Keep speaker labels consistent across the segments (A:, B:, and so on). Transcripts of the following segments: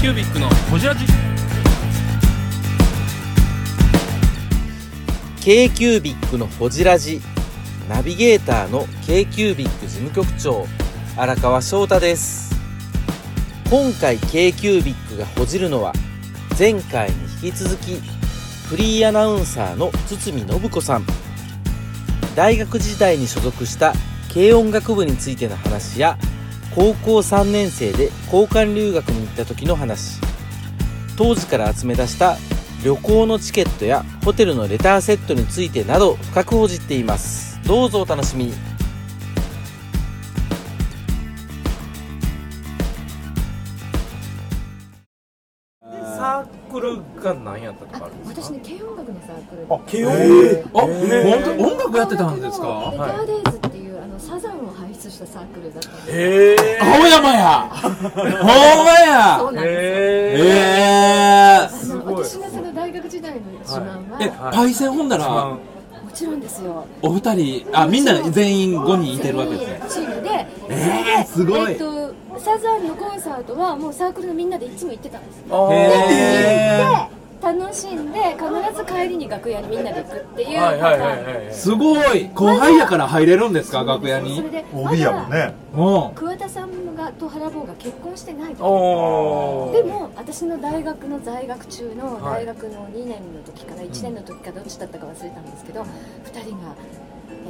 A: キュービックのホジラジ
B: k c キュービッのほじラジ。ナビゲーターの k c キュービッ事務局長荒川翔太です。今回 k c キュービッがほじるのは前回に引き続きフリーアナウンサーの堤信子さん。大学時代に所属した軽音楽部についての話や高校3年生で交換留学に行った時の話当時から集め出した旅行のチケットやホテルのレターセットについてなど深く報じっていますどうぞお楽しみにサークルが何やったと
C: あ
B: かあるんですか
C: 私ね軽音楽のサークルであ
D: 慶応
A: あ、本当音楽やってたんです
C: レタ
A: か
C: ーデイズっていう、あのサザンを輩出したサークルだったんです
D: えー、
A: 青山やほんまや
C: そうなんですよ
A: えー
C: あの私がその大学時代の自慢は、
A: え、パイセンほんだら
C: もちろんですよ
A: お二人あみんな全員5人いてるわけですね
C: チームで
A: えー、すご
C: えっ
A: い
C: とサザンのコンサートはもうサークルのみんなでいつも行ってたんです
A: へー
C: 楽しんで必ず帰りに楽屋にみんなで行くっていう
D: はいはいはいはいいはい
A: すごい後輩やから入れるんですか楽屋に
C: それで
D: OB やもん
C: まだ
D: ね
A: うん
C: 桑田さんがと原坊が結婚してない時
B: お
C: でも私の大学の在学中の大学の2年の時から1年の時かどっちだったか忘れたんですけど、2人が、えー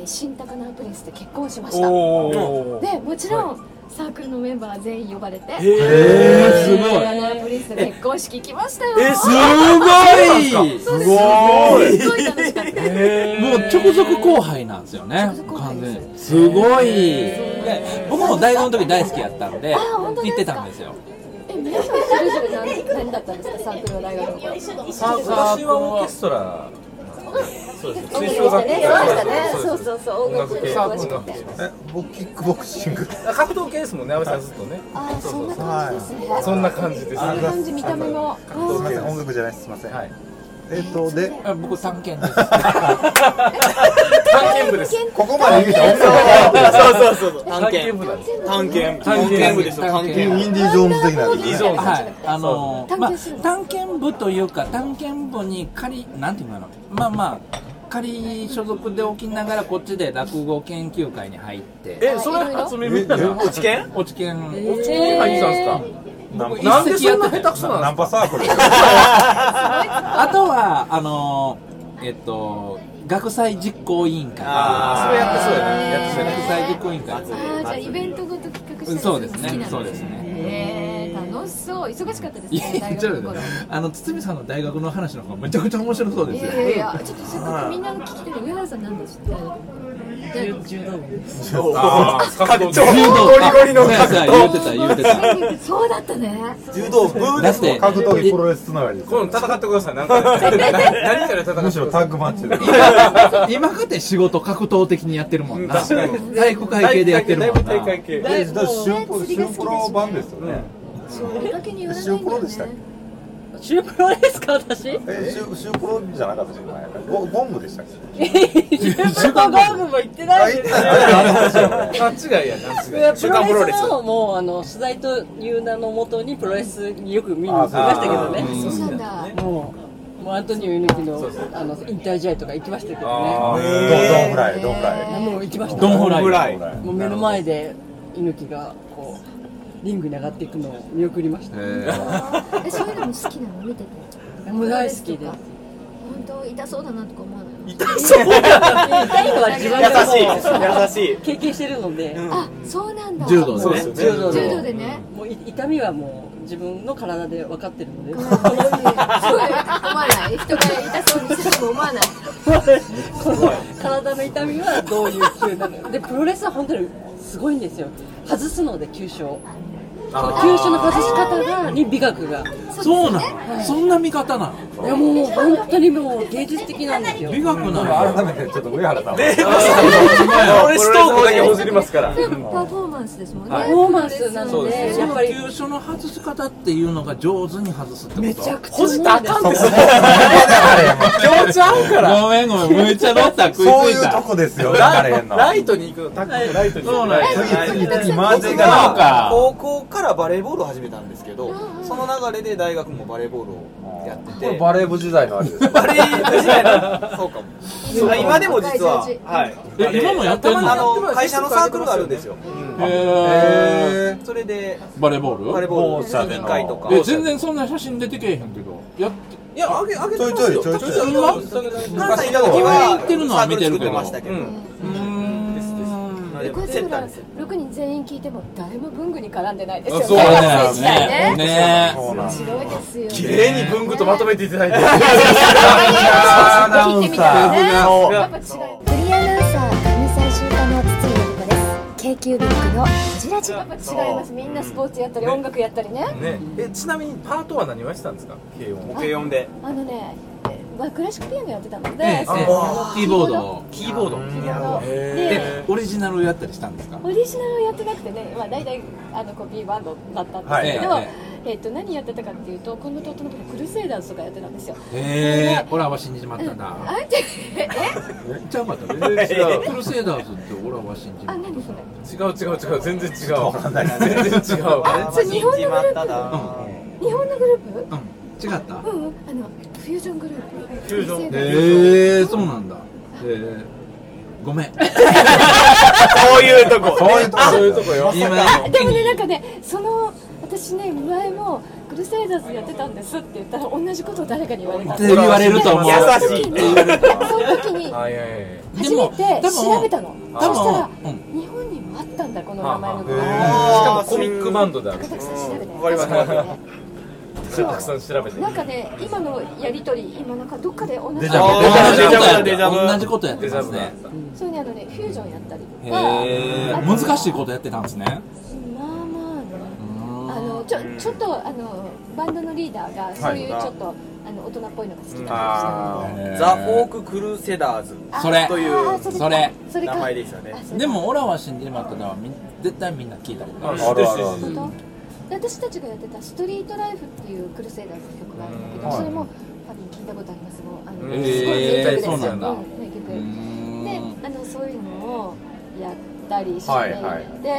C: 新高輪プリンスで結婚しました
B: お
C: でもちろん、サークルのメンバー全員呼ばれて
A: えー、すご
C: 新
A: い
C: 高輪プリンスで結婚式来ましたよ
D: えす
A: すごい
C: そうです
D: ごい
C: すごい楽しかったです
A: もう直属後輩なんですよね
C: 直属後輩
A: 完
C: です
A: 全にすごいで僕も大学の時大好きやったんで
C: あ本当
A: 行
C: で
A: っ
C: すか
A: てたんですよ
C: え皆さんそれぞれ何何だったんですかサークルの大学の頃
B: サー私はオーケストラそうです吹
C: そうでし
B: 奏
C: た
B: 楽
C: ね
B: 部
C: そうでしたねそ
B: で
C: う
B: す
C: そうそう音楽系
B: 音
C: 詳
B: 楽
C: し
B: 系
C: くて
D: え僕キックボクシング
B: 格闘系ですもんね安倍さんずっとね
C: ああそんな感じですね
B: そんな感じです
C: そんな感じ見た目も
D: す
C: う
D: い
C: ん
D: ません音楽じゃないですすいません、
B: はい
D: えっ、とで
A: あ僕探検です
B: 探検部です
D: ここまで言うたら音
E: そうそうそう。探検。
B: 部なんです
E: 探
A: 探
E: 検。探
A: 検
E: 検
A: 部
E: 部
A: で
E: で
A: しょ
E: しょ。
A: 探
E: 探
A: 検
E: 検。
D: インディ・ジョーンズ的な
C: インディージョーンズ
A: はい、あのー
C: 探
A: まあ
C: 検するんです
A: 探検部というか探検部に仮なんていうのかなまあまあ仮所属でおきながらこっちで落語研究会に入って
B: えそれ初耳だな
E: 落ち研？
A: 落ち研
C: ー
A: 落
B: 落
A: ち
B: ちに入ったんです
A: 僕
B: かなんで
A: 一席や
B: そん
A: っ
B: な
A: てた
B: 下手
A: よ
B: くそなん
D: ナ
B: で
D: ンパサークル
A: あとはあのーえっと学祭実行委員会
B: あーそれやってそうやねやってそうや
A: 学
B: ね
A: 祭実行委員会
C: あーじゃあイベントごと企画したり
A: そうですね
C: 好きなん
A: そうです
C: ね。えー、楽しそう忙しかったです
A: い
C: ね
A: や
C: 大
A: ちょ
C: 学
A: っと
C: の
A: 待
C: 頃
A: って。あの堤さんの大学の話の方がめちゃくちゃ面白そうで
C: い
A: すよ
C: やいやいやちょっとせっかくみんなの聞きたい上原さんなんですって大学の頃。柔道
B: あー格闘
A: 柔道
E: ゴリゴリの
A: そうやそうや言うてた言うてた
C: 部。そうだったね。
E: 柔道部。
A: だって
D: 格闘技プロレスつながりです
B: 今度戦ってくださいなんか何から戦って
D: むしろタッグマッチで
A: 今かて仕事格闘的にやってるもんな
B: うん確かに
A: 体育会系でやってるもんな
B: だいぶ大会系
D: えだシュンプシュンプロ版ですよね、
C: そう見かけによらないんだ
D: シュンプ
C: よ
D: ロでしたっ
C: ね
D: け。
F: シュープロですか私
D: えシュシュンプロじゃなかったじゃないゴゴングでしたっけ
F: シュープロゴングも行ってないですよ
B: 勘違いやな
F: プロレス
B: 週刊プロレス
F: の方もあの取材という名のもとにプロレスによく見に行きましたけどね
B: あー
C: そうなんだ。
F: もうもうアントニオ猪木のあの引退試合とか行きましたけど
B: あ
D: ド
B: ー
D: ンドンフライドンフラ
F: ねもう行きました
A: ドンホ
E: ぐ
A: ラ
E: ら
A: イ
E: い。
F: もう目の前で猪木がこうリングに上がっていくのを見送りました
C: えそういうのも好きなの見てて。
F: もう大好きで
C: 本当痛そうだなとか思わない。
F: 痛いのは自分でも
E: 優しい。優しい。
F: 経験してるので、
C: あそうなんだ。
A: 柔道
C: で。
A: でね
B: そうです
F: 柔道
C: 柔
F: で
C: 道でね。
F: もうい痛みはもう自分の体で分かってるので、
C: すごい思わない。人が痛そうにしてても思わない。
F: この体の痛みはどういう球なのでプロレスは本当にすごいんですよ外すので急所をその急所の外し方がに美学が
A: そうなのそんな見方なの
D: と
F: いやもう本当にもう芸術的なんですよ
A: 美学なんや
D: 改めてちょっと上原さん
E: で
D: プ
E: 俺ストークだけ
D: ほ
E: 欲
D: じ
E: しい
D: りますから
G: でもパフォーマンスですもんね。
F: パフォーマンスなの
E: そう
F: で
E: で
A: そ
F: やっ
A: の
F: ぱり
A: 急所の外し方っていうのが上手に外すってこと
F: めちゃくちゃ
E: ほじたらあかんですよ
A: 強ちゃうからごめんごめんめっちゃ乗った食いつ
D: そう
A: い
D: いうと
A: た
D: こですよ
E: ラ
D: 流れへんの
E: ライトに行くのタックライトに行く
A: そう
E: の
A: なんや
D: 次々次マージ
E: 僕
D: がな
E: が高校からバレーボールを始めたんですけどその流れで大学もバレーボールをやって
D: これ
E: て
D: バレー部時代のあれですよ
E: バレー時代のそうかもあ今でも実は
G: 赤いジャージ
E: はい
A: え今もやってんの
E: あの会社のサークルがあるんですよ
A: へー
D: へ
E: それで
A: バレーボー
E: バレ
A: ル
E: ーボー
D: 某社で
E: ル
D: の
E: 1回とか
A: え全然そんな写真出てけえへんけどやっ
E: いやあげあげてます
D: ちょいちょ
E: よ
D: いちょいちょい
E: ちょいちょい関西行った時
A: 俺
E: は
A: 行ってるのは見てるけど
E: サークル作ってましたけど
A: うーん
E: ですで
A: ね
E: す
C: でこいつ
E: センタ
C: ら
E: ーです
C: 6人全員聞いても誰も文具に絡んでないですよね
A: そうだねね
C: ね
A: ね
D: そうなんです
C: 白いですよね
E: 綺麗に文具とまとめていただいて
G: フリーアナウ
D: アナウンサー
C: やっぱ違う
G: ンサー神西修太の筒井由美子です。京急ビッグのこじらじ。
C: やっぱ違いますみんなスポーツやったり音楽やったりね
E: ねえちなみにパートは何をしてたんですか軽音軽音で
C: あのねえまあクラシックピアノやってたので
A: ええ
C: その
A: ええキーボード
E: キーボード
C: ピアノで
A: でオリジナルをやったりしたんですか
C: オリジナルをやってなくてね、まあ、大体あのコピーバンドだったんですけど、
A: はい
C: えっと何やってたかっていうとこの弟の時クルセイダーズとかやってたんですよ
A: へえオラは死んじまったんだ
C: あれってえ
A: めっちゃうかった全然違うクルセイダーズってオラは死んじま
C: あ
A: った
C: 何それ
E: 違う違う違う全然違う
D: わかんないですね
E: 全然違う
C: あそれ日本のグループ日本のグループ
A: うん違った
C: うんうんあのフュージョングループフュージョン
A: へえそうなんだええごめん
E: そういうとこ
D: そういうとこ
E: そういうとこよ
A: 今
C: でもねなんかねその私ね前もクルセイダーズやってたんですって言ったら同じことを誰かに言われた
A: って言われると思う
E: 優しい
C: その時にその時に
E: いはいはい
C: 初めて調べたの
A: 多
C: そしたら
A: 分うん
C: 日本にもあったんだこの名前のグル
D: は
C: ー
D: あ
C: プ
E: かもコミックバンドだ
C: 高崎さん調べて
E: わかりました
C: 確にね
E: たくさん調べて
C: なんかね今のやりとり今なんかどっかで同じ
A: デジャブ
E: デジャ
A: デ
E: ブデ
A: ジ
E: ジ
A: ャ
E: ャ
A: ブ
E: ブ
A: 同じことやって
E: デジ
A: ま
E: ャ
A: す
E: ブだ
A: ね
C: それにあのねフュージョンやったりとか
A: へえ難しいことやってたんですね
C: まあまあね
A: うーん
C: あのちょちょっとあのバンドのリーダーがそういうちょっと、あの大人っぽいのが好きだったりしたので
A: へえ
E: ザ・フォーク・クルセダーズ
C: あ
A: それ
E: という
C: あーれか
A: それ
C: それか
E: 名前でしたね
C: あそれか
A: でもオラは死んじまったのはみ絶対みんな聞いたことある
D: あるあるあ
C: 本
D: る
C: 当で私たちがやってた「ストリートライフ」っていうクルセイダーズの曲があるんだけど、
D: うん
C: それも多分聞いたことありますもうあの、
E: へえ
C: すごい名曲ですよ、
A: そうなんだ
C: 名曲
A: うーん
C: であのそういうのをやったりして、
D: はいはい
C: で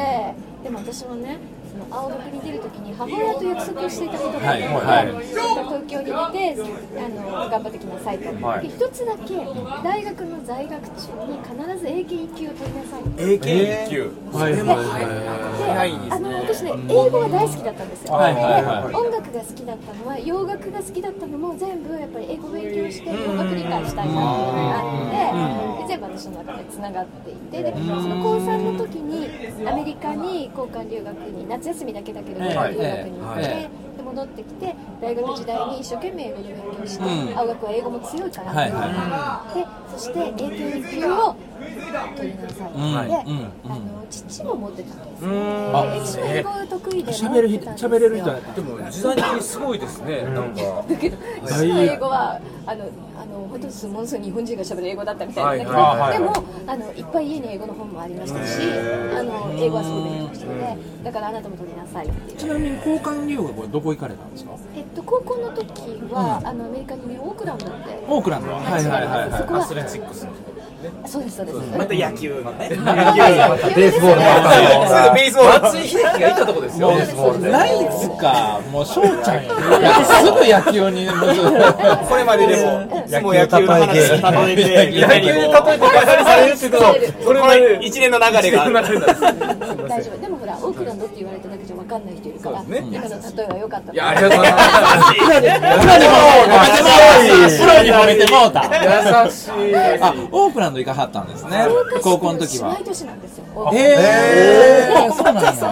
C: でも私もねその青学に出るときに母親と約束をしていたことがあって、
A: はいはい
C: それから東京に出てあの頑張ってきなさいと、
D: はい
C: で一つだけ大学の在学中に必ず英検1級を取りなさいって。
E: AKQ
A: はいはいはい
E: い
C: であの私ね英語が大好きだったんですよ、
A: はいはいはい
C: で音楽が好きだったのは洋楽が好きだったのも全部やっぱり英語勉強して洋楽理解したいなっていうのがあってで全部私の中でつながっていてでその高3の時にアメリカに交換留学に夏休みだけだけど留学に行って。
A: えええ
C: で戻ってきて大学時代に一生懸命英語で勉強して、
A: うん
C: 青学は英語も強いから、
A: はいは
C: でそして英検1級を取りなさいって、
A: うん
C: で
A: うん
C: あの父も持ってたんで
A: あ
C: す私も英語が得意で
A: 喋る人喋れる人やった
E: でも時代的にすごいですねなんか
C: だけど私の英語はあのあの本当にものすごい日本人が喋る英語だったみたいなんだ
D: はい
C: けど、
D: はい
C: でもあのいっぱい家に英語の本もありましたしあの英語はすごい勉強しててだからあなたも取りなさいっていう
A: ちなみに交換留学はどこ行かれたんですか
C: えっと高校の時は、あのアメリカにねオークランドって
A: オークランドは
C: はいはいはいはい
A: そこ
C: アスレチックスそうですそうです、
E: また野球のね
D: ベースボールもあ
E: それと
D: っ
E: ベースボール松井秀喜がいたとこです
D: たよベースボールで
A: ナイツかもう翔ちゃんやすぐ野球に
E: これまででもいつも野球の話をたどれて野球で例えて
C: されるってこと
E: これまで一連の流れがある
C: 大丈夫でもほらオークランドって言われただけじゃ分かんない人いるから、
E: そうですね
C: 今の例えは良かった
E: いやありがとうございます
A: に褒めてもうた
E: 優しい
A: あオークランド行かはったんですね高校の時は
C: 姉妹都市なんですよ
A: へえそうなんや
C: 福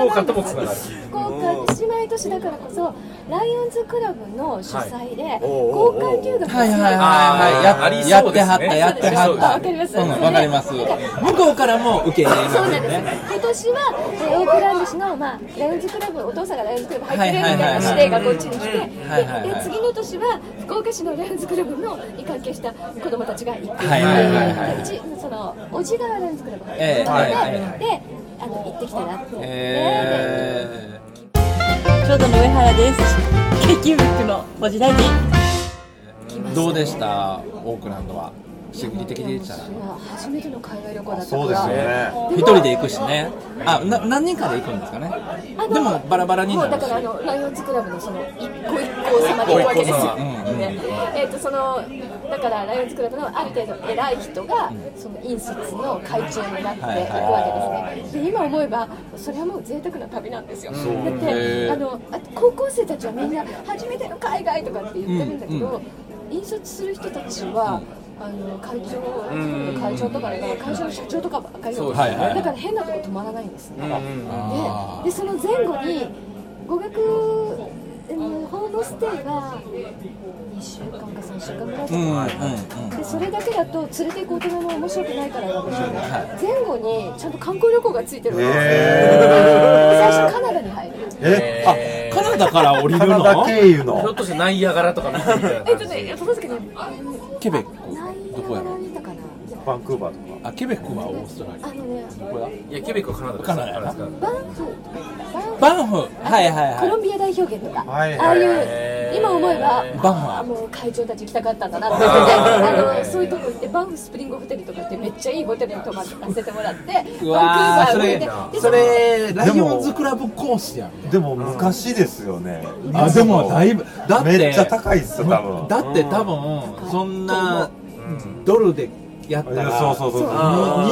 C: 岡ともつながる福岡年毎年だからこそライオンズクラブの主催で
E: おうおうおう
C: 交換留学を
A: はいはいはい
E: あ
A: は
E: ー
A: いや
E: あ
A: っ
E: り
A: や
E: そう
A: っ
E: で
A: て
E: すね
A: はったやってはった
C: あわかります
A: うんわかります向こうからも受け入れます
C: そうなん
A: よ
C: です。
A: ね
C: 今年は、えーオークランド市の、まあ、ライオンズクラブ、お父さんがライオンズクラブ入ってるみたいな指定がこっちに来て、で
A: はいはいはい
C: で次の年は福岡市のライオンズクラブのに関係した子供たちが行くっていう。
A: はいはいはいはいう
C: ちそのおじがライオンズクラブ入って
A: え
C: て、
A: えはいはいはい
C: で、あの行ってきたらって。
A: えー
F: ちょうどの上原です。ケーキウィックのポジラジ。
A: どうでしたオークランドは心理的でしたら
C: 私は初めての海外旅行だったから。
D: そうですよね。
A: 一人で行くしねあな何人かで行くんですかね
C: あの
A: でもバラバラに
C: も
A: な
C: うだ
A: る
C: か
A: し
C: らあのライオンズクラブのその一個一個様でいるわけで
A: 一個一個
C: すよ、
A: 様うんうん
C: ねえっ、とそのだからライオンズクラブのある程度偉い人がその引率の会長になっていく
A: はいはい
C: わけですねで今思えばそれはもう贅沢な旅なんですよ、だってあのあ高校生たちはみんな初めての海外とかって言ってるんだけど、引率する人たちは、あの会長、会長とか、ね、会長の社長とかばっかりなんですよ
A: はいはいはい
C: だから変なとこ止まらないんですね、
A: あー
C: ででその前後に語学、うん、ホームステイが2週間か3週間ぐらいだった
A: うんうんう
C: か
A: ん
C: なでそれだけだと連れて行く大人も面白くないからなんでしょうね前後にちゃんと観光旅行がついてるわけですよ、最初カナダに入る
D: え
A: あカナダから降りる
D: カナ
A: の
D: ダ経由
B: ひょ
D: の
B: っとしてナイアガラとかなってみたいな
C: えっ
B: 感
C: と
B: じ
C: ねその時ねナ
A: ケベックどこ
C: イ
A: や
C: アガラ
A: ろ
C: にいたかな
D: バンクーバーとか。
A: あケベックはオーストラリ
C: あのね
B: いやケベックはカナダです
A: カナダやな
B: カナ
C: バンフバンフ
A: アバンフはいはい
C: コロ
A: は
C: ンビア代表権とか、
D: はいはいはい
C: ああいう今思えば
A: バンは
C: あもう会長たち行きたかったんだなってあのそういうとこ行ってバンフスプリングホテルとかってめっちゃいいホテルに泊まらせてもらってバン
A: い
C: クーバーでで
A: それラ
D: イオンズ
A: クラブコースやん
D: でも昔ですよね。
A: あでもだいぶだって
D: めっちゃ高いっすよ多分。
A: だって多分そんなドルでやった
D: いや
A: ら
D: そうそうそうそう。
A: もう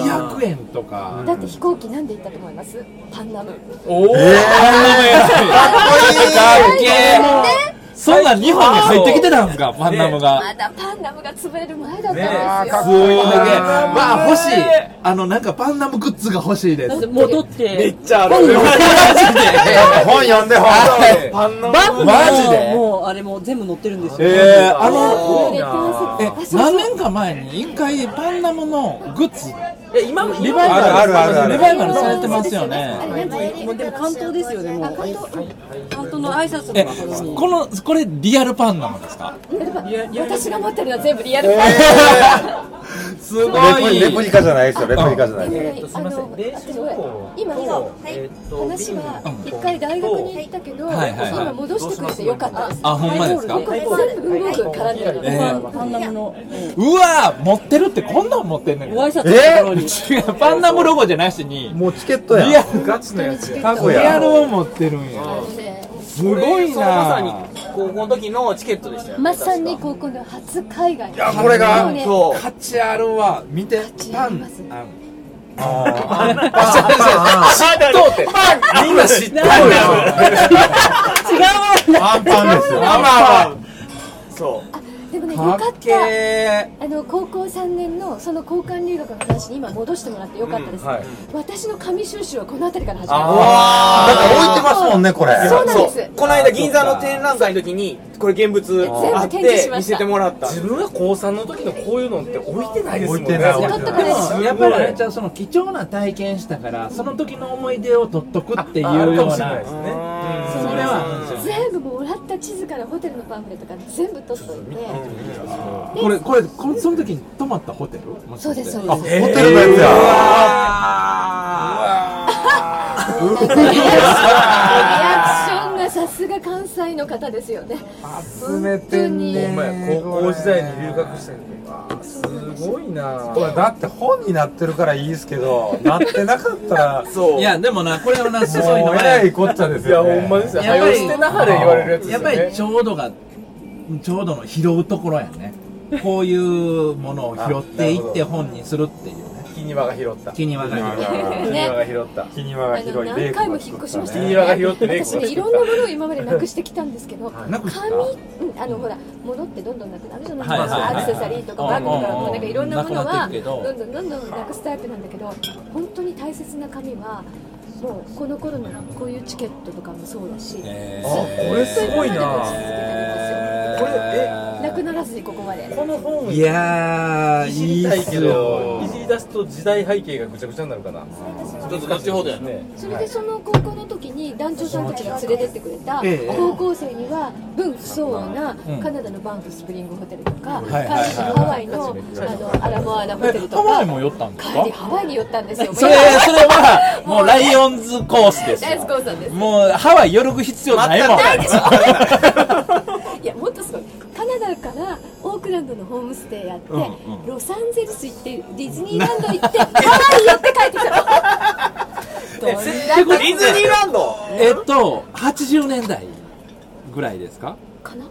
A: 200円とか
C: だって飛行機なんで行ったと思いますパンナム
A: おお そんなん日本に入ってきてたんですかパンナムが
C: まだパンナムが潰れる前だったんですよ、
A: すごいねまあ欲しいあのなんかパンナムグッズが欲しいで
F: だって
A: す
F: 戻って。めっちゃあ
D: 本読んで本。
F: バン
A: マジで
F: もうあれもう全部載ってるんですよ。
A: えー、あの
C: レッド
A: え
C: オーセ
A: 何年か前に一回パンナムのグッズ
B: ダ今も
A: リバイバル
D: あるあるある
A: リバイバルされてますよね
C: あれなんて
F: もうでも関東ですよね、もう。
C: あ関東うん
F: 関東の挨拶
A: え
F: とかその
A: このこれリアルパンナムですか
C: 私が持ってるのは全部リアルパンナム
A: す
D: レプレプリカじゃないですよレプリカじゃない。
C: えっとすみません。今話は一回大学に行ったけど、
A: はいはいはい
C: 今戻してくれてよかったです。
A: あほんまですか
C: ここで全部文房具絡んでるので、
A: えー
F: パンナムの
A: うわー持ってるってこんなん持ってんねん
F: ご挨拶のところに。
A: 違うパンナムロゴじゃなしに
D: もうチケット
A: リア
D: や。
A: ル
B: ガチのやつ
D: タコ
A: リア
D: や。
A: ルを持ってるんやすごい
E: そうまさに
A: な
E: 高校の時のチケットでしたよね
C: まさに高校の初海外。い
D: やこれが
C: もうね
E: そう
A: 価値あるわ見て
C: 値
A: パ
C: あ
A: ン
C: ります
A: あ
B: みんな知ってる
D: パンパンですよ。
C: でもねよ
A: か
C: か
A: っ
C: った
A: け。ー
C: あの高校3年のその交換留学の話に今戻してもらってよかったです、私の紙収集はこの辺りから始ま
D: わあ。だって置いてますもんねこれ。
C: るそうなんです
E: この間銀座の展覧会の時にこれ現物あっ
C: 全部展示してま
E: 見
C: した
E: せてもらった
B: 自分が高3の時のこういうのって置いてないですもん
D: 置
B: ね
D: いてない
C: 取っとくね
A: でもやっぱりあれちゃんその貴重な体験したからその時の思い出を取っとくっていう
B: あるか
A: よ
B: も
A: う
B: しれない
A: な
B: です
A: そ
B: ね
A: れはあるんですよ
C: 全部もらった地図からホテルのパンフレットから全部取っといて
A: これこれこのその時に泊まったホテルもしか
C: そう
A: して
C: ですそう
A: あ
C: です
D: ホテルのやつや。
C: リアクションがさすが関西の方ですよね。集めてん
B: お前高校時代に留学したりとかすごいな
D: これだって本になってるからいいですけど、なってなかったら。
E: そう
A: いやでもなこれはなすごい
D: も
A: の
D: う
A: が
D: えらいこっちゃです
B: いや
D: よ、ね。
B: ほんまですよ
A: やっぱり
B: 早捨てなはれ言われるやつです
A: や
B: よ
A: っ
B: ね
A: ぱりちょうどがちょうどの拾うところやねこういうものを拾っていって本にするっていうね
B: 木庭が拾った
A: 気に分かれてる
B: 木庭が拾った
D: 気には
C: あの
D: 広い
C: 何回も引っ越しました
B: レイコが拾ってレイコが拾
C: 私
B: った
C: ねいろんなものを今までなくしてきたんですけど、紙
A: なくした
C: うんあのほら物ってどんどんなくなるじゃないです
A: はいはい
C: か。
A: はい
C: アクセサリーとかバッ
A: うん
C: グとか
A: うんうん
C: もうなんかいろんなものは
A: なくなってるけど
C: どんどんどんどんなくすタイプなんだけど、本当に大切な紙は。もうこの頃のこういうチケットとかもそうだし、
A: え
H: あこれすごいな
C: これなくならずにここまで
H: この本
A: いやー
H: い
A: い
H: じり
A: い
H: たい
A: っ
H: け
A: すよ
H: どいじり出すと時代背景がぐちゃぐちゃになるかな
B: 一つ勝ほどやね
H: ね
C: それでその高校の時に団長さんたちが連れてってくれた
A: ええ
C: 高校生には文不相応な
A: うん
C: カナダのバンクスプリングホテルとか帰
A: はいは
C: り
A: いはい
C: ハワイのあのアラモアナホテルとか
A: 寄ったんで
C: 帰りハワイに寄ったんですよ
A: それそれはもうライオンズコースです
C: 大好きさんです
A: もうハワイ寄る必要ないもん
C: ないでしょいやもっとすごいカナダからオークランドのホームステイやって、
A: うんうん
C: ロサンゼルス行ってディズニーランド行ってハワイ寄って帰ってき たのどんだ
E: ディズニーランド
A: えっと80年代ぐらいですか
C: かな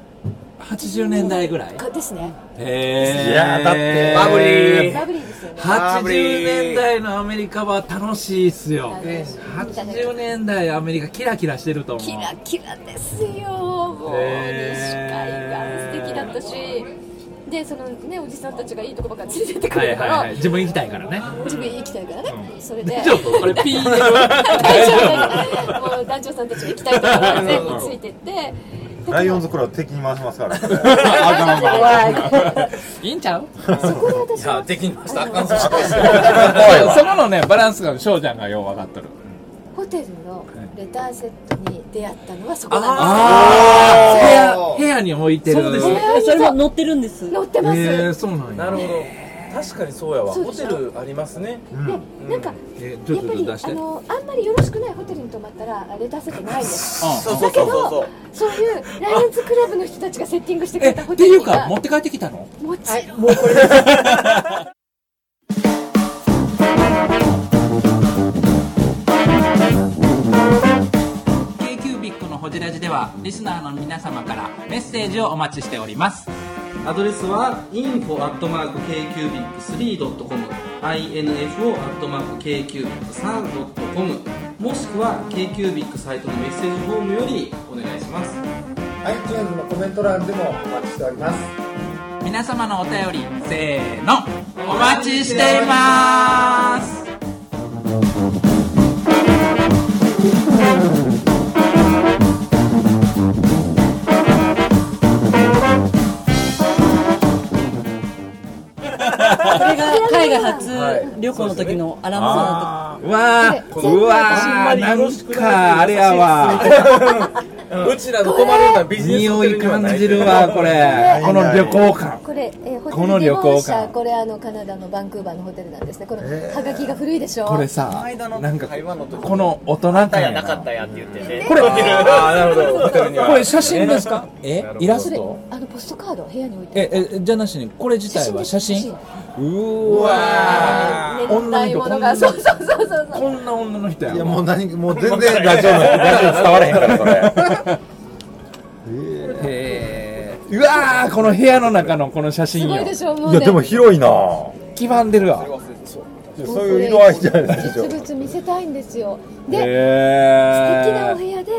A: 80年代ぐらい
C: かですね
A: へー
H: いやーだって
E: バブリー
C: ラブリーですよね
A: 80年代のアメリカは楽しいっすよ
C: 楽しい
A: 80年代アメリカキラキラしてると思う
C: キラキラですよもう西
A: へー
C: 海岸素敵だったしでそのねおじさんたちがいいとこばっかり連れてってく
A: は
C: れ
A: い
C: るか
A: はい
C: ら、
A: はい自分行きたいからね
C: 自分行きたいからね、それ で
A: ちょっとこれピーで しょ
C: 大丈夫もう団長さんたちが行きたいところに全部ついてって
D: ライオンズクラブ敵に回しますからね
A: いいんちゃう
C: そこで私は
B: できましたあかんぞ
A: そこのねバランスが翔ちゃんがよう分かっとる
C: ホテルのレターセットに出会ったのはそこなんです
A: ああ部屋部屋に置いてる
F: そうですねそれも載ってるんです
C: 載ってます、
A: えー、そうなんや
H: なるほど確かにそうやわ
C: そう
H: ホ
C: でし
H: テ
C: ょ
H: ルありますね
C: でなんか
A: えーちょ
C: や
A: っ
C: っ
A: と
C: ぱ
A: ちょっと出して
C: りあのあんまりよろしくないホテルに泊まったらレターセットないです
E: そうそう
C: だけ
E: そう
C: ど
E: そう
C: そういうライオンズクラブの人たちがセッティングしてくれた
A: え
C: ホ
A: って
C: テ
A: い
C: ル
A: う
C: に
A: か
C: は
A: 持って帰ってきたの
C: もちろん
A: ケイキュービックのホジラジではリスナーの皆様からメッセージをお待ちしております
I: アドレスは info.kcubic3.com info.kcubic3.com もしくは KQBIC サイトのメッセージフォームよりお願いします
A: 皆様のお便りせーのお待ちしています
F: それが海外初旅行の時のアラモアナだった
A: うわーうわーなんかあれやわ
H: うちらの泊まるようなビジネスホ
A: 匂
H: テル
A: い
H: にはな
A: 感
H: い
A: じるわこれ
D: い
A: この旅行感
C: これ、えー、ホテ
A: この
C: ルデ
A: 旅
C: モ
A: 行
C: ー
A: 感
C: シャこれあのカナダのバンクーバーのホテルなんですねこのハガキが古いでしょ
A: これさなんかこの大人感やな
E: やって言ってね
A: これ
H: ああなるほどホテルには
A: これ写真ですか
H: な
A: え
H: るほど
A: イラ
C: そ
A: ス
C: れ
A: ト
C: あのポストカード部屋に置いて
A: ええじゃなしにこれ自体は写真
C: 写真
A: うーわー
C: 年代物がそうそうそうそうそう
A: こんな女の人や
D: いや
A: も
D: もう何もう全然ラジオのラジオ伝わらへんからそれ
A: うへーうわーこの部屋の中のこの写
C: す
A: 真
C: ご
A: よ
C: いでしょもう
D: い
C: ね
D: やでも広いな
A: 黄ばんでるわ
D: そういう色合いじゃないでしょ
C: 実物見せたいんですよで、素敵なお
A: へ
C: 部屋で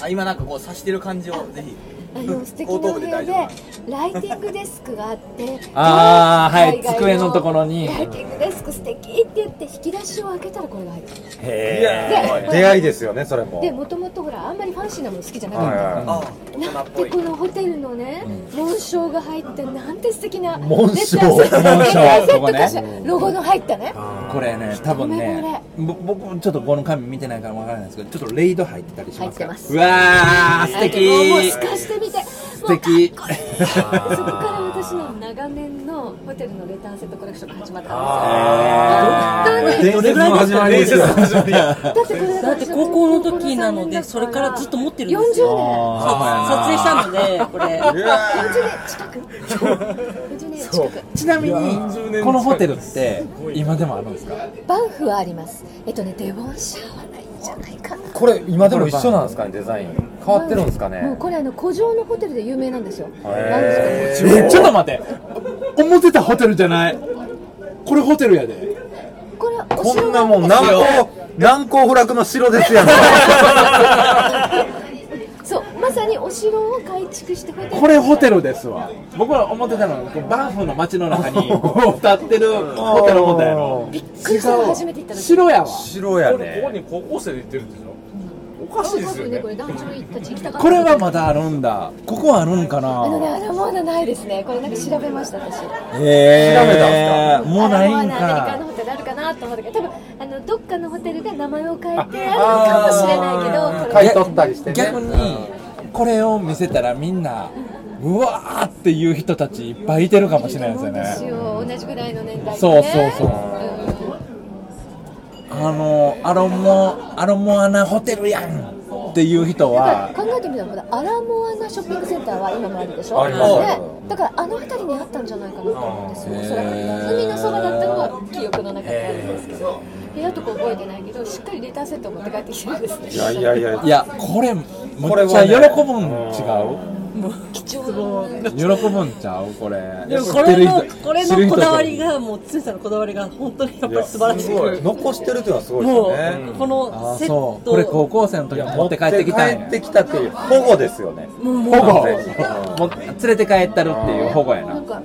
E: あ今なんかこう刺してる感じをぜひ
C: あの素敵なお部屋で
E: 後頭
C: ライティングデスクがあって
A: あーはい
C: 海外
A: 机のところに
C: ライティングデスク素敵って言って引き出しを開けたらこれが入ってる
D: へえ出会いですよねそれも
C: でもともとほらあんまりファンシーなもの好きじゃなかった
D: はいは
E: あ
C: なんでこのホテルのね、紋章が入ってなんて素敵な
D: 紋章
C: レターセット
A: 紋章
C: レターセッ
A: ここ
C: ト
A: ね
C: としてロゴの入ったね
A: ーこれね多分ねぼ僕もちょっとこの紙見てないからわからないですけどちょっとレイド入ってたりしますから
C: 入っ
A: うわー素敵
C: もうもう透かしてみて素
A: 敵
C: そこから私の長年のホテルのレターセットコレクションが始まったんですよ
A: どれぐらいですかね
C: だってこれ
F: だって高校の時なのでそれからずっと持ってるんですよ
C: よ
F: 撮影したのでこれ
C: 40年40年近く40年近く
A: ちなみにこのホテルって今でもあるんですか
C: バンフはありますえっとねデボンシャーはないんじゃないかな
H: これ今でも一緒なんですかねデザイン変わってるんですか
C: もう
H: ね
C: これあの古城のホテルで有名なんですよ
A: えちょっと待って思ってたホテルじゃないこれホテルやで
C: これはお
D: こ
C: 城
D: んなもん難攻難攻不落の城ですやん
C: そうまさにお城を改築してホテル
A: これホテルですわ僕は思ってたのはこうバーフの街 の中に立ってるホテル思ったやろ
C: びっくりしたの初めて行った時
A: 白やわ
D: 白や
H: これここ
D: ね
H: に高校生で行ってるんでしょおかしいで
C: 多
H: すよ
C: 分ね
H: ね
C: これ男女たち行きたかった
A: これはまだあるんだここはあるんかな
C: あのねあらまだないですねこれなんか調べました私
A: へ
H: 調べた
A: えもうないん
C: アラモアナアメリカの
A: か
C: ホテルあるかなと思ったけど多分あのどっかのホテルが名前を変えてあるのかもしれないけどこれ
H: 買い取ったりしてね
A: 逆にこれを見せたらみんなうわーっていう人たちいっぱいいてるかもしれないですよね
C: そうよ同じぐらいの年代で、ね、
A: そうそうそう
C: うん
A: あのアロモアロモアナホテルやんっていう人は
C: 考えてみたらほらアラモアナショッピングセンターは今もあるでしょ
H: あります
C: ねだからあの辺りにあったんじゃないかなと思うんですよおそらく海のそばだったのは記憶の中であるんですけどであとこ覚えてないけどしっかりレターセットを持って帰ってきてるんですね
D: いやいやいや
A: いやこれむ
H: これ
A: っちゃ
H: は
A: 喜
H: ね
A: ぶん違う
C: 貴重な
A: 喜ぶんちゃうこれ
F: でもこれの
A: 知ってる人
F: これ
A: 知る
F: の
A: 人
F: こ
A: と
F: だわりがもうつんさんのこだわりが本当にやっぱり素晴らしく
D: 残してるっていうのはすごいです
F: も
D: よ
F: う
D: ね
F: この
A: あ
F: セッ
A: そ
F: ト
A: うこれ高校生の時に持って帰ってきたん
D: 持っ
A: や
D: て帰ってきたっていう保護ですよね
F: もうもう
A: 保護
D: 完全に
A: も連れて帰ったるっていう保護や
C: な
A: なん
C: か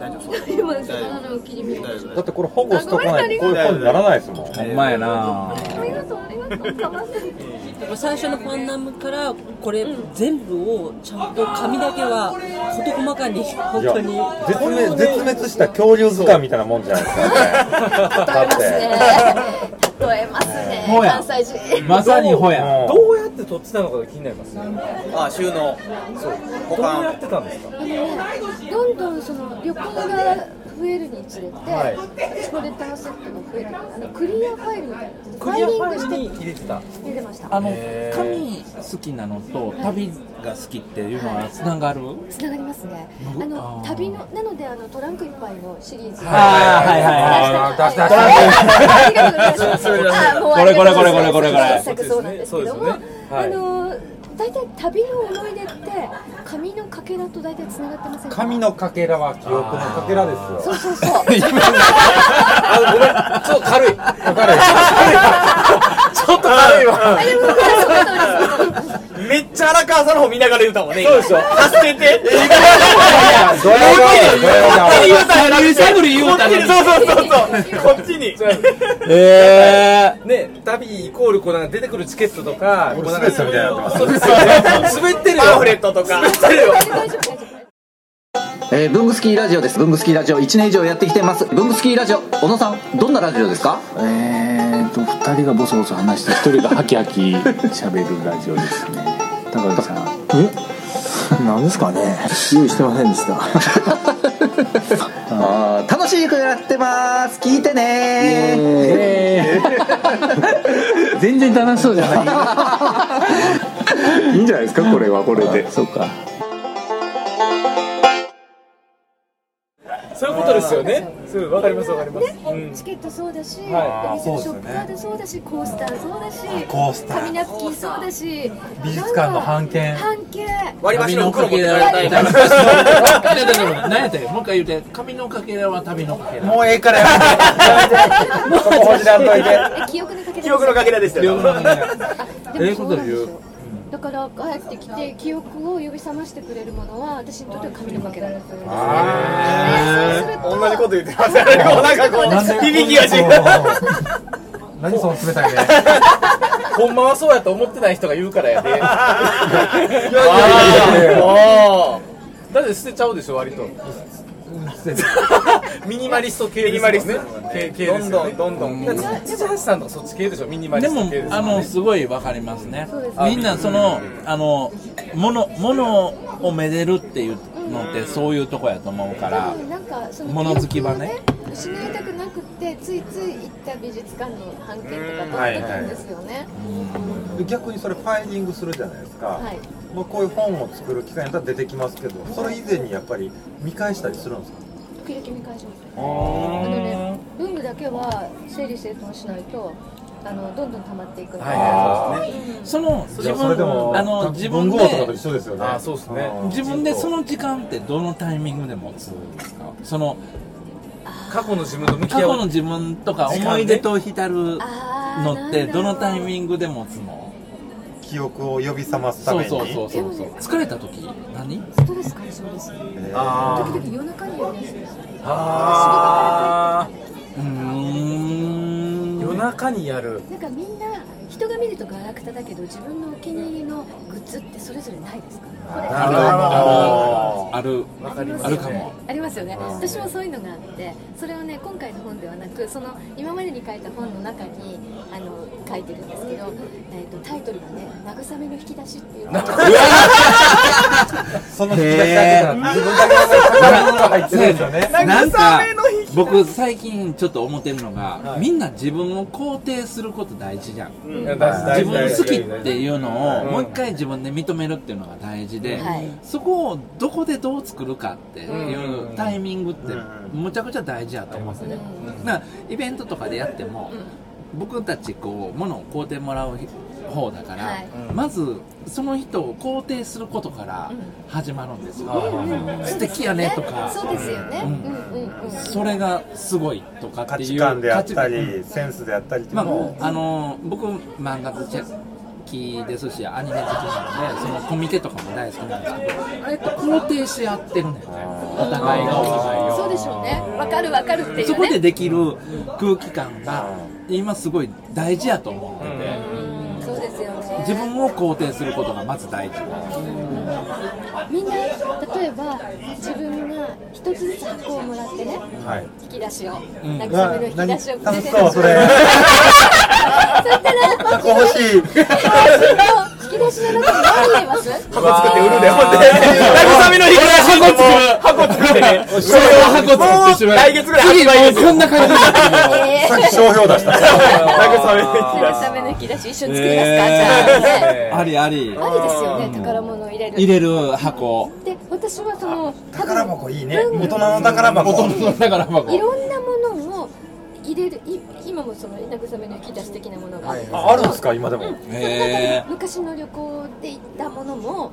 C: 今魚の切り身あ
D: だってこれ保護しとかないとこういうことにならないですもん
A: ほんまやな
C: りがとうありがとうかまってる
F: 最初のパンナムからこれ全部をちゃんと紙だけは事細かに本
D: いや
F: 当に
D: 絶滅絶滅した恐竜図鑑みたいなもんじゃないです か
C: 例えますね
D: ね
C: 例えますね
A: ほや
C: 関西人
A: まさにほ
D: だ
A: や
D: って
H: どうやって取ってたのかが気になりますね
E: あ収納そう保
H: どうや
E: 管
H: ってたんですか
C: あのね、どんどんその旅行が増えるにつれて、私もレターセットが増えてるあのクリアファイルみたいなファイリングして
H: 入れてた
C: 入れてました
A: あの紙好きなのと旅が好きっていうのはつながる
C: つながりますねあの旅のなのであのトランクいっぱいのシリーズ
A: あーはいはい
H: はい
C: 出した
H: 出した
C: ありがとうございますあーもう
A: これこれこれこれこれこれ
C: ありがとうございます傑作そうなんですけども、
H: そうです
C: あの大体旅の思い出って紙のかけらと大体つながってませんか
D: 紙のかけらは記憶のかけらですよ
C: そうそうそう
H: あごめんちょっと軽いち ょっと軽いわ
E: めっちゃ荒川さんの方見ながら言うたもんねそうでしょ助けて
D: ドヤ顔ドヤ顔
E: 言うたんやなくて
A: 探り言うたのに
E: こっちにそうそうそうそうこっちに
A: ええ
H: ね旅イコールこうなんか出てくるチケットとかこうなんか
D: 滑ったみたいになって
H: そうですよね滑ってるよ
E: パンフレットとか
C: 大丈夫大丈夫
J: えー、ブングスキーラジオです文具スキーラジオ1年以上やってきてます文具スキーラジオ小野さんどんなラジオですかえーと2人がボソボソ話して1人がハキハキ喋るラジオですね高橋さんえなんですかね用意してませんでした あー楽しい曲やってます聞いてね全然楽しそうじゃないいいんじゃないですかこれはこれでそうか
H: そういうことですよねそうわかりますわかります
C: チケットそうだし、
H: は
C: お店のショップカードそうだし、コースターそうだし、
A: コースター
C: 紙ナプキンそうだし、
A: 美術館の半券
C: 半券。
E: 割り箸の袋持って
A: ら
E: かれたりとか
A: 何やったよもう一回言うて紙のかけらは旅のかけら
D: もうええからやめてそこほじらんといて
C: え記憶のかけら。
E: 記憶のかけらですよ
C: でもそうなんですよ。だから帰ってきて記憶を呼び覚ましてくれるものは私にとっては紙のかけらだったんですね。そうする
E: 同じこと言ってますよ ねもうなんかこう響きが違う
D: 何その冷たいね
H: ほんまはそうやと思ってない人が言うからやで
E: あ
H: だって捨てちゃうでしょ割とミニマリスト系ですよね
E: ミニマ
H: 系系
E: ど
H: です
E: ん
H: よ
E: ど
H: ね
E: んどんどん
H: だから土橋さんとかそっち系でしょミニマリ
A: で
H: スト
A: も
H: 系です
A: あ
H: よ
A: の
H: ね
A: すごいわかりますね
C: そうです
A: みんなそのあのものものをめでるっていうのってそういうとこやと思うから
C: となんかその
A: 物好きはね
C: 記憶を失いたくなくってついつい行った美術館の半券とか取ってたんですよね。
D: 逆にそれファイリングするじゃないですか、
C: はい。
D: まあ、こういう本を作る機会になったら出てきますけどそれ以前にやっぱり見返したりするんですか
C: 時々見返しますあのね文具だけは整理整頓しないとあのどんどん溜まっていくので、
A: その自
D: それで
A: 分
D: も
A: あの自分
D: 文豪とかと
A: で
D: 一緒ですよね
H: あーそうですね
D: ん
A: 自分でその時間ってどのタイミングで持つんですかその
H: 過去の自分と向き合
A: 過去
H: う
A: の自分とか思い出と浸る
C: あー
A: のってどのタイ
C: ング
A: ミングで持つの
D: 記憶を呼び覚ますために
A: そうそうそうそう疲れた時何
C: ストレス解消ですね
A: あー
C: 時々夜中にやりやすいです
H: あ
A: ーうーん
H: 夜中にやる
C: なんかみんな人が見るとガラクタだけど自分のお気に入りのグッズってそれぞれないですか
A: あるあるあるあるかも
C: ありますよね私もそういうのがあってそれをね今回の本ではなくその今までに書いた本の中にあの書いてるんですけど、えー、とタイトルがね「慰めの引き出し」っていうのが
D: その引き出しだけじゃなくて自分だけの入ってるんですよね
A: なんか僕最近ちょっと思ってるのが、みんな自分を肯定すること大事じゃん、
H: ん
A: 自
H: 大事
A: 分好き
H: 大事
A: っていうのを
H: うん
A: もう一回自分で認めるっていうのが大事で、
C: はい
A: そこをどこでどう作るかっていうタイミングって
D: う
A: むちゃくちゃ大事やと思うんですよね、だからイベントとかでやっても、僕たちこう物を買うてもらう方だから、
C: はい
A: まずその人を肯定することから始まるんですよ、素敵やねとか
C: そうですよね、
A: う
C: うんんうんうん
A: それがすごいとかっ
D: 価
A: ていう
D: 値観であった
A: 価値
D: りセンスであったりっていう
A: ま
D: のを
A: ああの僕漫画好きですしアニメ好きなのでそのコミケとかも大好きなんですけどあれって肯定し合ってるんだよねお互いがお互いを
C: そうでしょうねわかるわかるっていうね
A: そこでできる空気感が今すごい大事やと思うので、
C: うんそうですよね
A: 自分を肯定することがまず大事
C: みんな例えば自分が一つずつ箱をもらってね
D: はい
C: 引き出しを
A: ん
C: 慰めの引き出しをプレ
D: 楽し
C: ゼン
D: そう
C: ト
D: それ
C: そしたら
D: 箱欲しい
C: 引き出しの中に何入れます
H: 箱作って売るでほんで慰めの引き出し箱作る箱作ってねそれを箱作ってしまう来月ぐらい発売ですよ
A: こんな感じになってる
C: え
D: さっき商標出した
H: 慰めの引き出し
C: 慰めの引き出し一緒に作りますか、じゃあ、ね、
A: ありあり
C: ありですよね宝物を入れる
A: 入れる箱
C: で私はその多分
D: 宝箱いいね大人の宝箱
A: 大人の宝箱
C: いろんなものを入れるい今もその慰めの引き出し的なものがあるんですけど
D: ああるんですか今でも
A: へー
C: 昔の旅行で行ったものも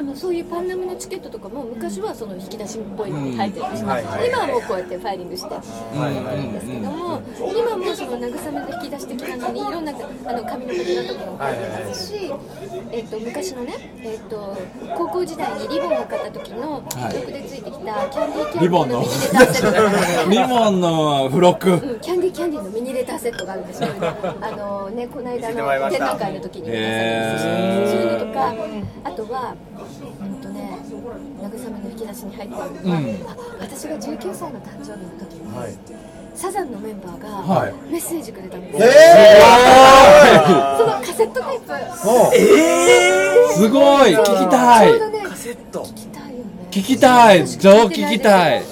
C: あのそういうパンナムのチケットとかも昔はその引き出しっぽいのに入ってました、今はもうこうやってファイリングしてんですけども、今もその慰めの引き出し的なのにいろんなあの紙の袋とかも入ってますし、えっと昔のね、えっと高校時代にリボンを買った時の
A: はい
C: 曲でついてきたキャンディーキャンディ
A: リボ
C: ー
A: ンの
C: のミニレターセットとかね
A: リボンの付録
C: うん、キャンディーキャンディーのミニレターセットがあるん ですよ。あのね、この間の展覧会の時に皆さんに見せてそういうのとか、あとは、うんとね、慰めの引き出しに入ってるのが、あ私が19歳の誕生日の時に、サザンのメンバー
A: は
C: が
A: い
C: メッセージくれたんですよ。
D: え
C: そのカセットテープ。
A: すごい聞きた
C: ちょ
A: いう
C: どね、カセット聞きたいよね。
A: 聞きたい超聞きたい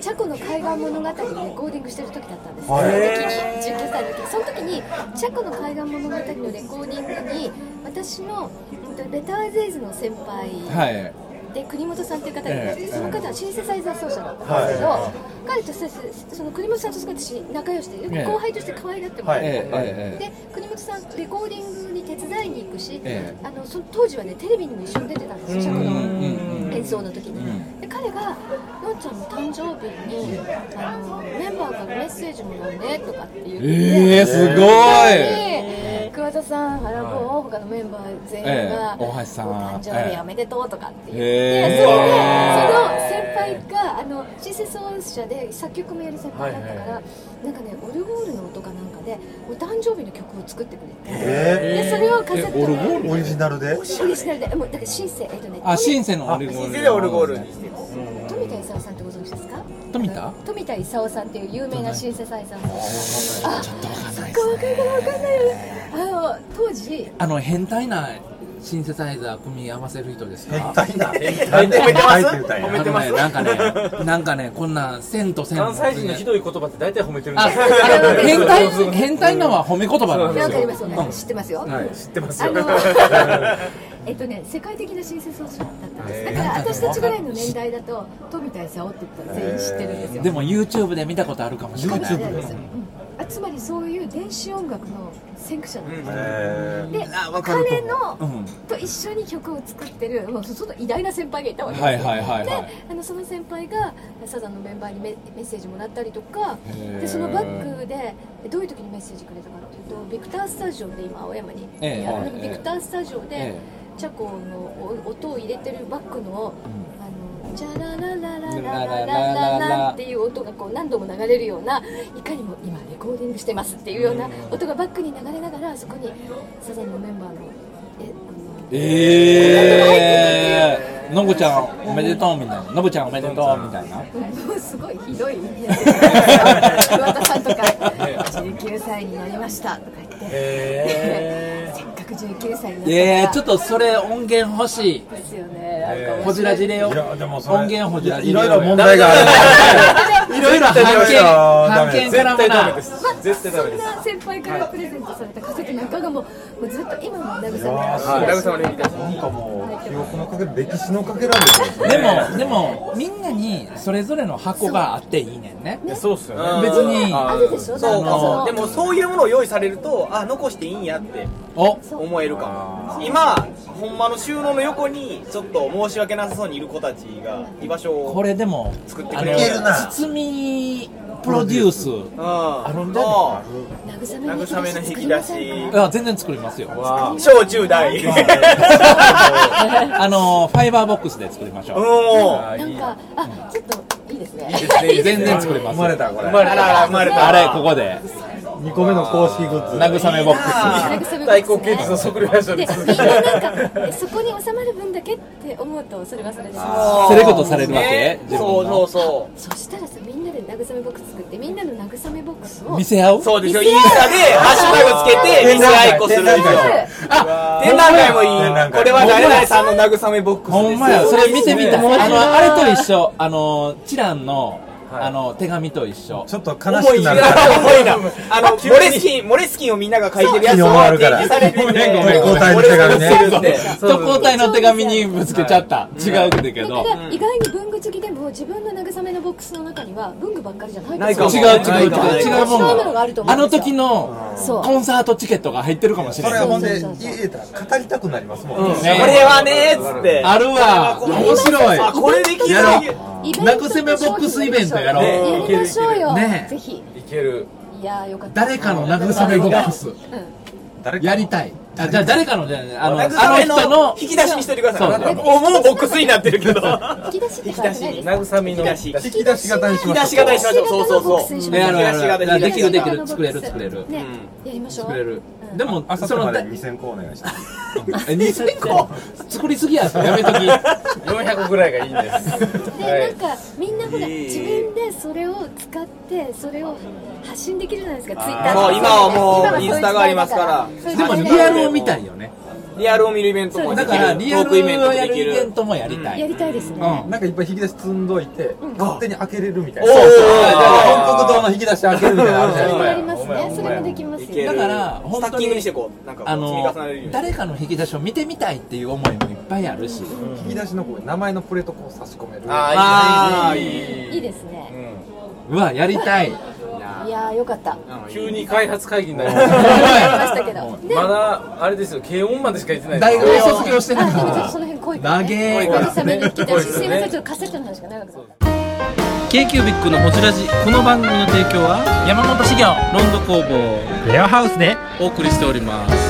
C: チャコの海岸物語をレコーディングしてる時だったんです、
D: はい
C: その時に19歳の時その時にチャコの海岸物語のレコーディングに私のえっとベターゼイズの先輩
A: はい
C: で国本さんという方がいるんですけど、
A: ええ
C: その方はシンセサイザー奏者だったんですけど、彼とせその国本さんとすごい私仲良しで
A: ええ
C: 後輩として可愛がってもらって、
A: ええええ
C: で国本さんレコーディングに手伝いに行くし、
A: ええ
C: あのその当時はねテレビにも一緒に出てたんですよチャコの。
A: うんうん
C: 演奏の時に、で彼が「のんちゃんの誕生日にあのメンバーからメッセージもらうね」とかって言って、
A: えー、すごい
C: で桑田さん、原坊、他のメンバー全員が
A: え、え大橋さん
C: お誕生日おめでとうとかって言って、
A: ええ
C: それで、その先輩が、あの、シンセ奏者で作曲もやる先輩だったから、なんかね、オルゴールの音かなんかで、お誕生日の曲を作ってくれて、
D: え
C: で、それをカセットに
D: ーオリジナルで
C: オリジナルで、もうだからシンセ、えっとね、
A: あ、シンセのオルゴール。
E: 新鮮でオルゴールにしてこう
C: 富田勲さんってご存知ですか
A: 富田
C: 富田勲さんっていう有名なシンセサイザーのちょっとわかんないそっかわかんないわかんないあの当時
A: あの、変態なシンセサイザー組み合わせる人ですか
D: 変態な
E: 態
D: 変
E: な
D: 態ってみたいな
A: あのね、なんかね、なんかね、こんな、千と千と。
H: 関西人のひどい言葉って大体褒めてるん
A: あ、
H: ですよ
A: あの変態、変態のは褒め言葉なんで
C: なん
A: す
C: かあり
A: よ。
C: ますよね知ってますよ
H: はい知ってます
C: あ
H: よ
C: の
H: は
C: えっとね世界的な新説を知ったんです
A: へー
C: だから私たちぐらいの年代だと富田勲って言ったら全員知ってるんですよ
A: でも YouTube で見たことあるかもしれない
C: かもしれないですあつまりそういう電子音楽の先駆者なんですよ、
A: へー
C: で
A: あわかる
C: 彼
A: う
C: の
A: ん
C: と一緒に曲を作ってるもうちょっと偉大な先輩がいたわけです、
A: はいはいはいはい
C: であのその先輩がサザンのメンバーにメメッセージもらったりとか
A: へー
C: でそのバックでどういう時にメッセージくれたかっていうとビクタースタジオで今青山に、
A: ええ
C: あの
A: ええ
C: ビクタースタジオで、
A: え
C: チャコのお音を入れてるバックのを、あのチャラララララララララっていう音がこう何度も流れるようないかにも今レコーディングしてますっていうような音がバックに流れながらそこにサザンのメンバーの
A: ええー、のぶちゃんおめでとうみたいなのぶちゃんおめでとうみたいな
C: もうすごいひどいやつですよ桑田さんとか19歳になりましたとか言って、
A: へ
C: せっかく19歳になったから
A: えー、ちょっとそれ音源欲しい
C: ですよねなんか面白い
A: ほじらじれよ音源ほじらじれよ
D: いやいろいろ問題がある
A: いろいろ
D: 絶対ダメだよ
A: 判見判見からも
D: 絶対ダメ
A: な
D: です
C: まあ、
D: 絶対ダメです
C: そんな先輩からプレゼントされたカセットなんかがもうもうずっと今も慰め
D: いやーそう
C: られて
D: なんかもう記憶のかけら歴史のかけらですね
A: でもでもみんなにそれぞれの箱があっていいねんね
B: そうっす
A: よね別にあるでし
E: そ
A: ょ
E: うか
A: あの
E: もでもそういうものを用意されるとあ残していいんやって
A: お
E: 思えるかも今ほんまの収納の横にちょっと申し訳なさそうにいる子たちが居場所を
A: これでも
E: 作って
A: あ
E: くれる
A: の包みプロデュース
E: あ
A: るんだ
E: 慰めの引き出し
A: あ全然作りますよ
E: 小中大
A: あのファイバーボックスで作りましょう
C: なんかあちょっといいですね
A: 全然作れます。生まれた、これ。生ま
E: れた生まれた
A: あれ、ここで。
D: 2個目の公式グッズ
A: 慰めボックス。
C: 太鼓
A: ケースの即レアション
C: でみんななんかそこに収まる分だけって思うとそれはそれで
A: あーセレクトされるわけ自分
E: そう
A: の
E: そうそ
C: そしたらさみんなで慰めボックス作ってみんなの慰めボックスを
A: 見せ合う
E: そうですよインスタでハッシュタグつけて見せ合いっこするんですよあ展覧会もいいこれは誰々さんの慰めボックスです
A: ほんまや、それ見てみて。あ
E: 面白い
A: の、あれと一緒。あの、チランの、あの、手紙と一緒。ちょっと
E: 重いな重いなあのモレスキンモレスキンをみんなが書いてるやつを提示されてて
A: 特攻隊の手紙にぶつけちゃった。違うけど。
C: で意外に文具好きでも自分の慰めのボックスの中には文具ばっかりじゃない
A: 違う違う
C: と思う
A: 違う違うもん
C: 面白いものがあると思
A: あ
C: うん
A: の
C: ですよ
A: 時の
C: そう
A: コンサートチケットが入ってるかもしれ
D: それ
A: な。
D: はいほんで言えたら語りたくなりますもんね
A: うん
D: ね
A: これは
E: ねーっつって
A: あるわ。
D: これはこう
A: 面白い。
D: あこれできる
A: やろう
C: イベントと
A: 慰めボックスイベントやろ
C: ねや
A: う。
C: りましょうよ、
A: ね
C: ぜひ
A: いける。
C: いやーよかった
A: 誰かの慰めボックスやりたいあじゃあ誰かのじゃああのあの人の
E: 引き出しにしといてくだ
A: そう
E: さいもうもうボックスになってるけど
C: 引き出しって書いてないです
E: 慰めの 引
D: き出し型にしましょう
E: 引き出し型にしましょうそうそうそう
C: 引き出し型のボックスにしましょう
A: やろうやろうやろうで
C: 引
A: き
C: き
A: る
C: 出し
A: でき
C: 型のボ
A: る
C: ックス
A: 作れる作れる
C: ね、やりましょう
A: 作れるでも
D: あさっ
A: そ
D: きま
A: の
D: で
A: だ
D: 2000個お願いします
A: え2000個作りすぎややめとき
B: 400ぐらいがいいんです。
C: で、なんかみんなほら自分でそれを使ってそれを発信できるじゃないですかツイッター
E: もう今はもうインスタがありますから
A: でもリアルを見たいよね
E: リアルを見るイベントもで
A: だか
E: きる
A: ら
E: ト
A: リア
E: ー
A: ル
E: クイベント
A: を
E: も
A: やる
E: でき
A: イベン
E: る
A: トもやりたい
C: やりたいですね、
D: うんなんかいっぱい引き出し積んどいて勝手に開けれるみたいな
A: そうそう
D: あー本国堂の引き出し開けるみたいなのあるじゃ
C: それも
D: な
C: や
D: い
C: り
D: ですか
C: ますねそれもできます
A: だ
C: よ
A: から本当にあ
D: 積み
A: の
D: 重ねるように
A: 誰かの引き出しを見てみたいっていう思いもいっぱいあるし
D: 引き出しのこう名前のプレートこう差し込める
A: あーいいね
C: いいですね、
A: うわやりたい
C: いやーよかった
B: 急に開発会議になり
C: や りましたけど
B: まだ、あれですよ、軽音までしか行ってない
A: 大学卒業してない
C: でもちょっとその辺濃いから、ね、
A: 長え
C: おじさめに引き出
B: 濃い
C: し
B: ですね
C: すいませんちょっとカセットの話が長くなった
K: K-Cubic のホジラジこの番組の提供は山本資源ロンド工房レアハウスでお送りしております